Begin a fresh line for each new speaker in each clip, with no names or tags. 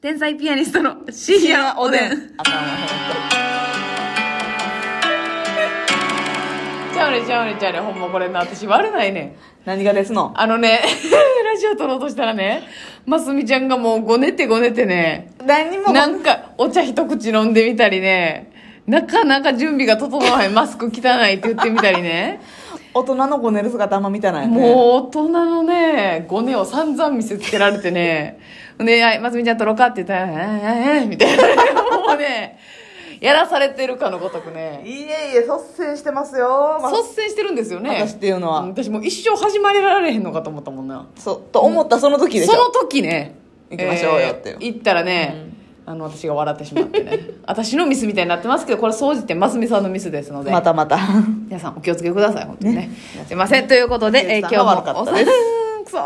天才ピアニストの深夜おで ん。
頭ほんとちゃうねんちゃうねんちゃうねんほんまこれな私割れないねん
何がですの
あのね ラジオ撮ろうとしたらねますみちゃんがもうごねてごねてね
何も。
なんかお茶一口飲んでみたりねなかなか準備が整わへんマスク汚いって言ってみたりね
大人の子寝る姿あんま見たないよね。
もう大人のねごねを散々見せつけられてね 「ねあますみちゃん撮ろうか」って言ったら「ええええみたいなね もうねやらされてるかのごとくね
いえいえ、率先してますよ。まあ
率先してるんですよね
私っていうのは
ん私もう一生始まられへんのかと思ったもんな
そう、と思ったその時でしょ。
その時ね
行きましょうよって
行ったらね、あの私が笑ってしまってね私のミスみたいになってますけどこれ総じてますみさんのミスですので、
またまた。
皆さんお気をつけください本当にねすいませんということで、えー今
ゆうさんが
日も
悪かったで
くそ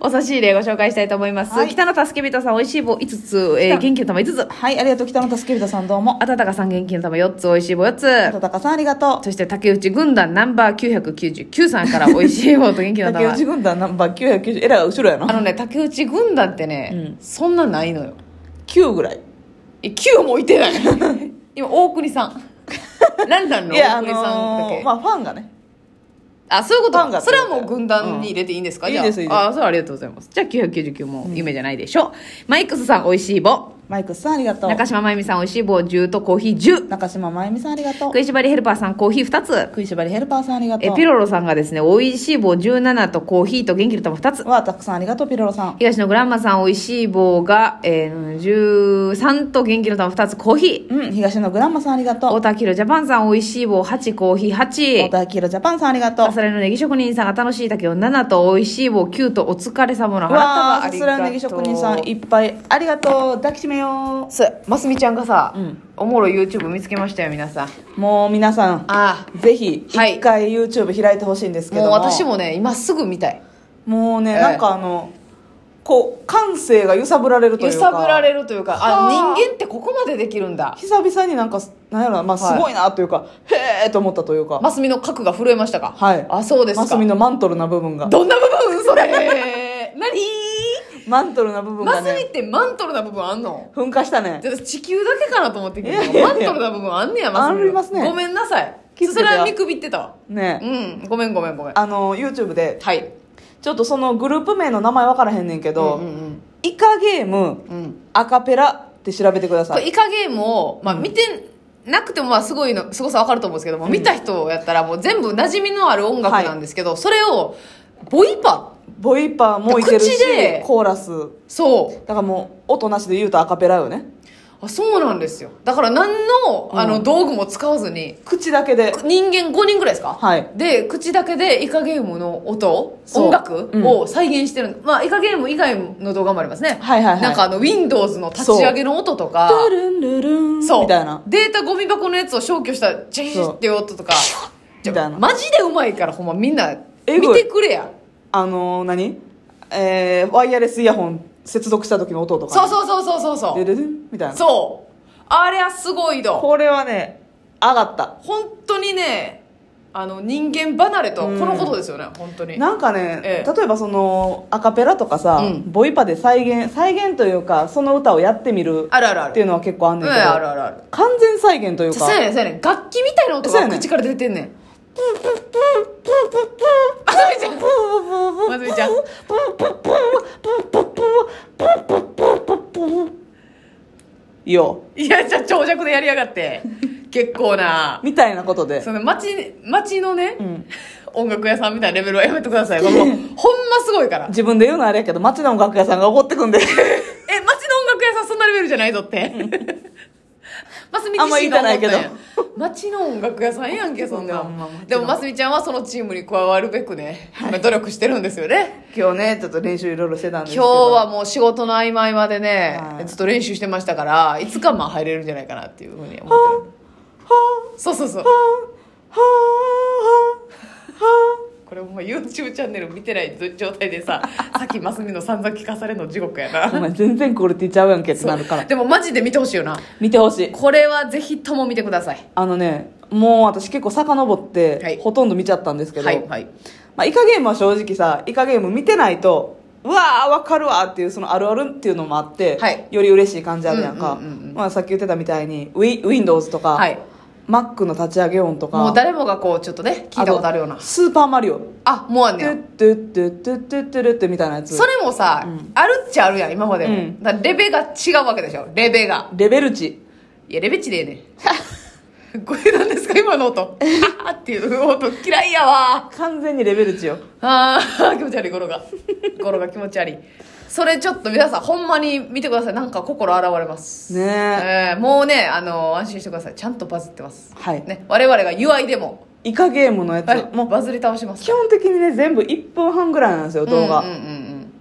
お差し入れご紹介したいと思います、
はい
北野助人さんおいしい棒5つ、えー
北
元気の玉5つ
はい、ありがとう。北野助人さんどうも。
あたたかさん元気の玉4つおいしい棒4つ
あたたかさんありがとう。
そして竹内軍団ナンバー999さんからおいしい棒と元気の
竹
玉
内軍団ナンバー990、えらい後ろや
あ
な。
のね竹内軍団ってね、
うん
そんなないのよ
9ぐらい。
え9もいて ない今大国さんなんなんの
いや、
大
あ
国さんだ
の
け、
ー、まあファンがね。
あそういうこ
ファン
と
が
それはもう軍団に入れていいんですか、
うん
じゃあ
いいですいいです
あそれはありがとうございますじゃあ999も夢じゃないでしょう、マイクスさんおいしい棒
マイクスさんありがとう。
中島真由美さんおいしい棒10とコーヒー10
中島まゆみさんありがとう
食。いしばりヘルパーさんコーヒー2つ
食いしばりヘルパーさんありがと
え
う。
ピロロさんがですねおいしい棒17とコーヒーと元気の玉2つ
はたくさんありがとう、ピロロさん。
東のグランマさんおいしい棒が、えー、13と元気の玉2つコーヒー
うん、東野グランマさんありがとう。
太田キロジャパンさんおいしい棒8コーヒー8
太田明ジャパンさんありがとう
さ。すらいのネギ職人さんが楽しい竹を7と美味しい棒9とお疲れ様の
わ
花束
あ、
あ
さ
り
すらい
がとう
のネギ職人さんいっぱいありがとう。抱きしめよ
そうますみちゃんがさ、
うん
おもろい YouTube 見つけましたよ皆さん
う。もう皆さん、
あ
ぜひ
はい
一回 YouTube 開いてほしいんですけど
もう
も。
私。もね今すぐ見たい
もうね、
ええ
なんかあの、こう、感性が揺さぶられるとい
揺
うか。
さぶられるというかあ
はあ
人間ってここまでできるんだ
久々になんか、なんやろな、まあす
はい
ごいなというか、へえと思ったというか。
ますみの核が震えましたか
はい
あそうですか
マスミのマントルな部分が。
どんな部分そ れ何
マントルな部分
マ
が
スミ
ね、
ってマントルな部分あんの
噴火したね。
私地球だけかなと思ってんけど
いやいやいや
マントルな部分あんねやマスミの
ありますね
ごめんなさい
気づけ
そ
て
れ
よ
は見くびってたわ
ね
うんごめんごめんごめん
あの YouTube で
はい
ちょっとそのグループ名の名前分からへんねんけど、
うんうん
イカゲーム
うんうん
アカペラって調べてくだ
こ
さ
れ
い
イカゲームを、まあ、見てなくてもまあすごいのすごさわかると思うんですけども、見た人やったらもう全部馴染みのある音楽なんですけど、それをボイパ
ボイパーもいけるし
口で
コーラスだ
そう
からもう音なしで言うとアカペラよね
あそうなんですよだから何のあ
う
の
ん
道具も使わずに、
口だけで
人間5人ぐらいですか
はい
で口だけでイカゲームの音
そう
音楽
うん
を再現してる、まあイカゲーム以外の動画もありますね
はいはいはい
なんかあの Windows の立ち上げの音とか
ルルンルルン
そう
みたいな
データゴミ箱のやつを消去したチェーンっていう音とか
みたいな
マジでうまいからほんまみんな
え
見
ぐい
てくれや
あのー、何えー、ワイヤレスイヤホン接続した時の音とか
そ
ね、
うそうそうそうそうそう
ルルルンみたいな
そうあれはすごいど
これはね上がった
本当にねあの人間離れとはこのことですよね本当に
なんかね、
ええ
例えばそのアカペラとかさ、
うん
ボイパで再現再現というかその歌をやってみる
あるあるあ
ってい
る
うのは結構あん
うん
ねん
あ
け
る
ど、
あるある
完全再現というか
そうやねんそうやねん楽器みたいな音
そう
が
やねん
口から出てんねんまずみちゃん
よ
いやじゃあ長尺でやりやが って結構な
みたいなことで
その町町のね、
ん
音楽屋さんみたいなレベルはやめてくだ さいもうほんますごいから
自分で言うのはあれやけど町の音楽屋さんが怒ってくんで
え町の音楽屋さんそんなレベルじゃないぞって ますみ
あんま言いたないけど
町の音楽屋さんやんけそんな
そんなほんま
でもますみちゃんはそのチームに加わるべくね、今努力してるんですよね
今日ねちょっと練習いろいろしてたんですけ
今
ど
日はもう仕事の合間合間でね、
はい
ずっと練習してましたからいつかまあ入れるんじゃないかなっていうふうに思ってるそうそうそうこれお前 YouTube チャンネル見てない状態で ささっきますみの散々聞かされるの地獄や
お
な
前全然クオリティちゃうやんけってなるから
でもマジで見てほしいよな
見てほしい
これはぜひとも見てください
あのねもう私結構遡っ
はい
てほとんど見ちゃったんですけど、
はいはい
まあ、イカゲームは正直さイカゲーム見てないとうわーわかるわっていうそのあるあるっていうのもあって、
はい
より嬉しい感じあるやんか、
うんうんうんうん
まあ、さっき言ってたみたいにウィ Windows とか、
はい。
Mac の立ち上げ音とか
もう誰もがこう、ちょっとね、聞いたことあるような
と。スーパーマリオ
あ、もうあん
ト
ねや
ゥットゥットゥットゥットゥットゥルットゥみたいなやつ
それもさ、
うん
あるっちゃあるやん、今までも。
うん
だからレベが違うわけでしょ、レベが。
レベル値
いや、レベチでええねん。 これなんですか、今の音。 あーっていう音嫌いやわ。
完全にレベル値よ
あー、気持ち悪い、ゴロが。 ゴロが気持ち悪い。それちょっと皆さん、ほんまに見てください。なんか心洗われます。
ねえ
えーもうね、あの安心してください。ちゃんとバズってます。
はい
ね、我々が言いでも、
イカゲームのやつ、
はい
もう
バズり倒します
基本的にね全部1分半ぐらいなんですよ動画、
うんうんうん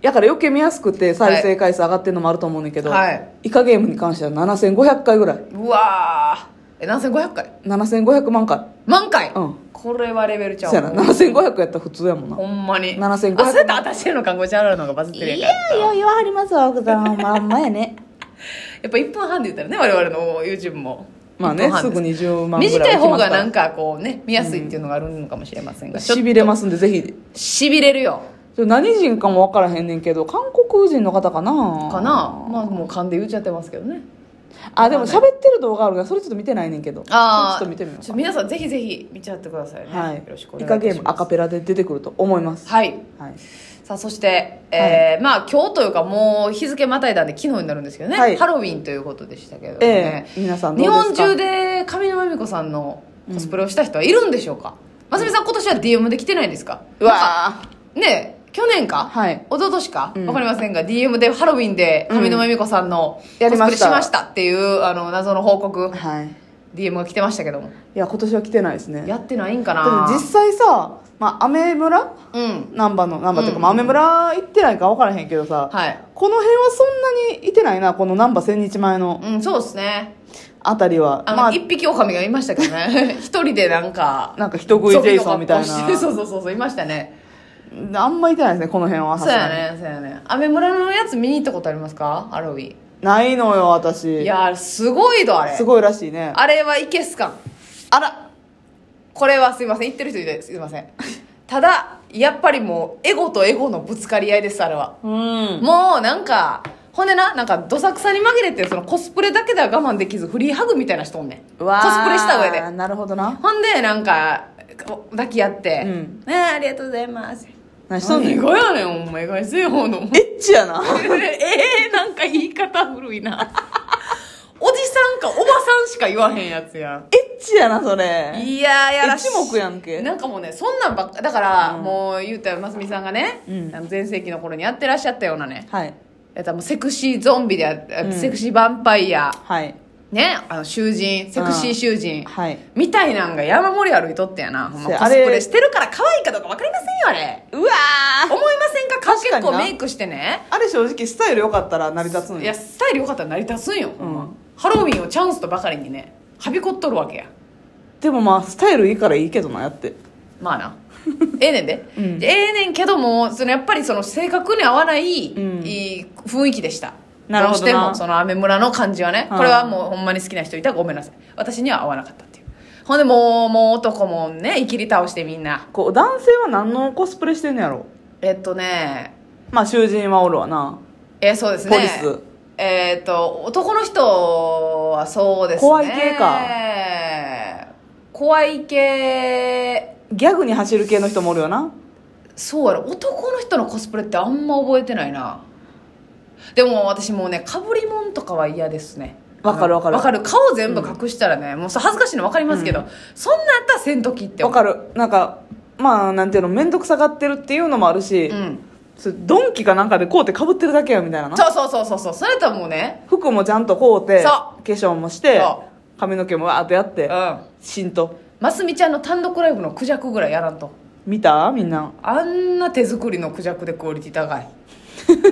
だから余計見やすくて再生回数上がってるのもあると思うねんだけど、
はい
イカゲームに関しては7500回ぐらい
うんうわーえ7500回
7500万回
満回、
うん
これはレベルちゃ
そうやな
う
7500やったら普通やもんな
ほんまに
7500
あそうやったら私らの看護師あるあるのがバズってるやんか
言わはりますわ奥さんまあまやね
やっぱ1分半で言ったらね我々の YouTube も
まあね
1分半です
ぐ20万ぐらいは
短い方
来ます
が
から
なんかこうね見やすいっていうのがあるのかもしれませんが、ちょっ
しびれますんでぜひち
としびれるよ
ょ何人かも分からへんねんけど韓国人の方かな
かなまあもう勘で言っちゃってますけどね
あでも喋ってる動画あるからそれちょっと見てないねんけど
ああ
ちょっと見てみよう
ちょっと皆さんぜひぜひ見ちゃってくださいね、
はい
よろしくお
イ
願いい
カ
たします
ゲームアカペラで出てくると思います
はい
はい
さあそして、えーまあ今日というかもう日付またいだんで昨日になるんですけどね、
はい
ハロウィンということでしたけど
え
ね、
え皆さんど
日
うですか
本中で上沼恵美子さんのコスプレをした人はいるんでしょうか、ますみさん今年は DM で来てないですか
うわー
ねえ去年か、
はい
一昨年か、
うん
わかりませんが DM でハロウィンで上沼恵美子さんのコスプ
や
レ
り
し
ま
ま
した
したっていうあの謎の報告
はい
DM が来てましたけども
いや今年は来てないですね
やってないんか
でも
な
実際さ、まあ、雨村
うん
難波の難波っていうか、
うん
まあ、雨村行ってないか分からへんけどさ、
はい、
この辺はそんなにいてないなこの難波千日前の
うん、そうですね
あたりは
あの、
ま
一匹狼がいましたけど ね。一人でなんか
あ、なんか人食いジェイソンみたい
ゾンビの格好してそ
な
うそうそうそう、いましたね。
あんまいてないですねこの辺は
そうやね、そうやね。アメ村のやつ見に行ったことありますかハロウィ
ないのよ
ン。い
私
やー、すごいぞ、あれ。
すごいらしいね
あれはいけすかん。
あら
これはすいません、言ってる人いて、すいません。 ただ、やっぱりもう、エゴとエゴのぶつかり合いです、あれは。
うん
もうなんか、ほんでな、なんか、どさくさに紛れて、そのコスプレだけでは我慢できず、フリーハグみたいな人おんねん。コスプ
わー
レした上で。
なるほどな
ほんで、なんか、抱き合って、
うん
ねありがとうございます。
何しとんね
意
ん
外やねん、お前がせよ の。
エッチやな
えー、なんか言い方古いな。 おじさんかおばさんしか言わへんやつや
エッチやなそ
ん。
れ
いやー、やらしい。
一目やんけ
なんかもうね、そんなんばっか、だから、
うん
もう、言うたら、ますみさんがね、
うん
あの前世紀の頃にやってらっしゃったようなね、
はい
やったらもうセクシーゾンビであっ、
うん
セクシーヴァンパイア、
はい
ね、あの、囚人、セクシー囚人。
はい
みたいなんが山盛り歩いとってやな。ほんま
せや
コスプ
あれ
レしてるから可愛いかどうか分かりませんよ、あれ。
うわー
思いませんか顔
確か
結
にな
構メイクしてね。
あれ正直スタイル良かったら成り立つの
い
に
や、スタイル良かったら成り立つんよ、ほんま
うん
ハロウィンをチャンスとばかりにね、はびこっとるわけや。
でもまあスタイルいいからいいけどなやって
まあ な。ええねんで。
うん
ええねんけども、そのやっぱりその性格に合わない、
うん
いい雰囲気でした。
なるほ
う
どな
しても、その雨村の感じはね、
うん
これはもうほんまに好きな人いたらごめんなさい。私には合わなかったっていう。ほんでもう、もう男もね、いきり倒してみんな。
こう男性は何のコスプレしてんのやろ
えっとね、
まあ囚人はおるわな
えーそうですね
ポリス
えっ、と男の人はそうですね
怖い系か
怖い系
ギャグに走る系の人もおるよな
そうやろ男の人のコスプレってあんま覚えてないなでも私もうねかぶりもんとかは嫌ですね
わかるわかる
わかる顔全部隠したらね、もうそう恥ずかしいのわかりますけど、そんなんやったらせんときって
わか
る
るなんかまあなんていうの面倒くさがってるっていうのもあるし、
うん
それドンキかなんかでこうてかぶってるだけやみたいなな
そうそうそうそうそうそれともうね
服もちゃんとこうて
そう
化粧もして
そ
髪の毛もわーってや
う
って
ん
浸透
ますみちゃんの単独ライブのクジャクぐらいやらんと
見たみんな
あんな手作りのクジャクでクオリティ高い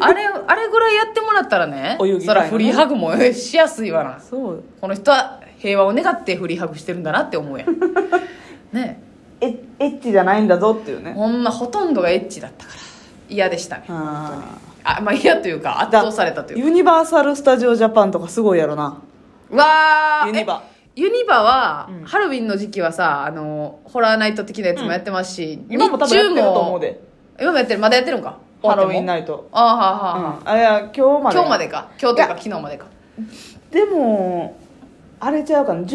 あれあれぐらいやってもらったらね
お遊戯会の
そ
ね
らフリーハグもしやすいわな
そう
この人は平和を願ってフリーハグしてるんだなって思う やんね
エッエッチじゃないんだぞっていうね
ほんまほとんどがエッチだったから嫌でしたね
あ
あまあ嫌というか
ー
圧倒されたという
ユニバーサル・スタジオ・ジャパンとかすごいやろな
かわあ
ユニバ
ユニバは、
うん
ハロウィンの時期はさあのホラーナイト的なやつもやってますし、
今も多分やってると思うで
今もやってるまだやってるんか終わ
ハ
っても
ロウィンナイト
ああはあはあ、
うんあれは今日まで
今日までか今日というか
い
昨日までか
でもあれちゃうかな11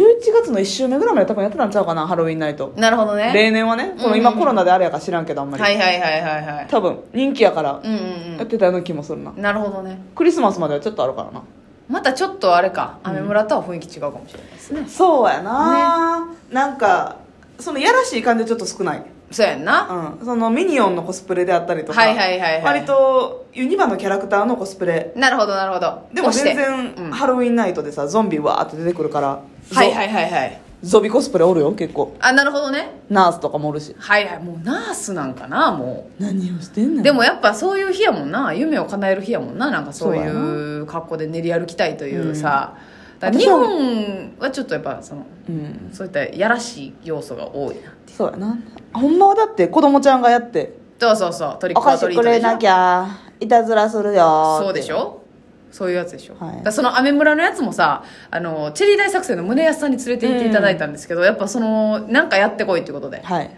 月の1週目ぐらいまで多分やってたんちゃうかなハロウィンナイト
なるほどね
例年はねこの
う
今
んうん
コロナであれやから知らんけどあんまり、
はいはいはいはいはい
多分人気やから
うん
や
う
っ
ん
てたような気もするな、
うんなるほどね
クリスマスまではちょっとあるからな
またちょっとあれか雨村とは雰囲気違うかもしれないですね、
そうやな、なんかそのやらしい感じはちょっと少ない、
そうやんな
うん、そのミニオンのコスプレであったりとか、
はいはいはいはい
割とユニバのキャラクターのコスプレ
なるほどなるほど
でも
押して
全然
うん
ハロウィンナイトでさゾンビわーって出てくるから、
はいはいはいはい
ゾゾビコスプレおるよ結構
あなるほどね
ナースとかもおるし
はいはいもうナースなんかなも
何をしてんね
うでもやっぱそういう日やもんな夢を叶える日やもんななんかそうい
そう
う格好で練り歩きたいというさ、だから
私
日
は
本はちょっとやっぱその
うん
そういったやらしい要素が多いな
そうやなほんまはだって子供ちゃんがやって
そうそうそうトリッ
お
クオア
菓
ト
子
リー
く
トで
れ
しょ
なきゃいたずらするよ
そうでしょそういうやつでしょ、
はい
だからそのアメ村のやつもさあのチェリー大作戦の宗安さんに連れて行っていただいたんですけど、やっぱそのなんかやってこいってことで、
はい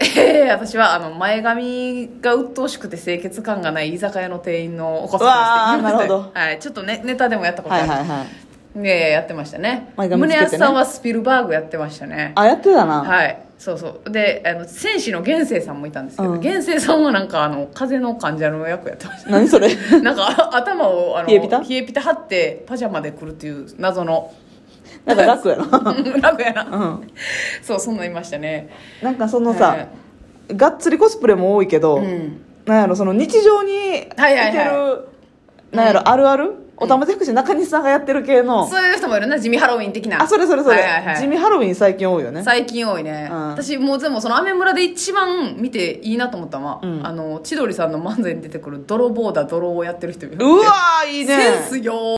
えー私はあの前髪が鬱陶しくて清潔感がない居酒屋の店員のお子さんです
うわーなるほど
はい、ちょっと、ね、ネタでもやったことあ
は
る、
いはいはい
ねやってましたね
前
宗
髪つけてね
安さんはスピルバーグやってましたね
あやってたな、
はいそうそうであの戦士の源生さんもいたんですけど、
うん
源生さんはなんかあの風邪の患者の役やってました
何それ
なんかあ頭をあの
冷えピタ
貼ってパジャマで来るっていう謎の
なんか楽やな
楽やな
うん
そうそんなんいましたね
なんかそのさ、
はい
がっつりコスプレも多いけど、
うん
なんやろその日常にいてる、
はいはいは
なんやろ、あるあるおたまじゃくし中西さんがやってる系の、
そういう人もいるな地味ハロウィン的な
あそれそれそれ、
はいはいはい
地味ハロウィン最近多いよね
最近多いね、
うん
私もうでもそのアメ村で一番見ていいなと思ったのは、
うん
あの千鳥さんの漫才に出てくる泥棒だ泥をやってる人いる
うわーいいね
センスよー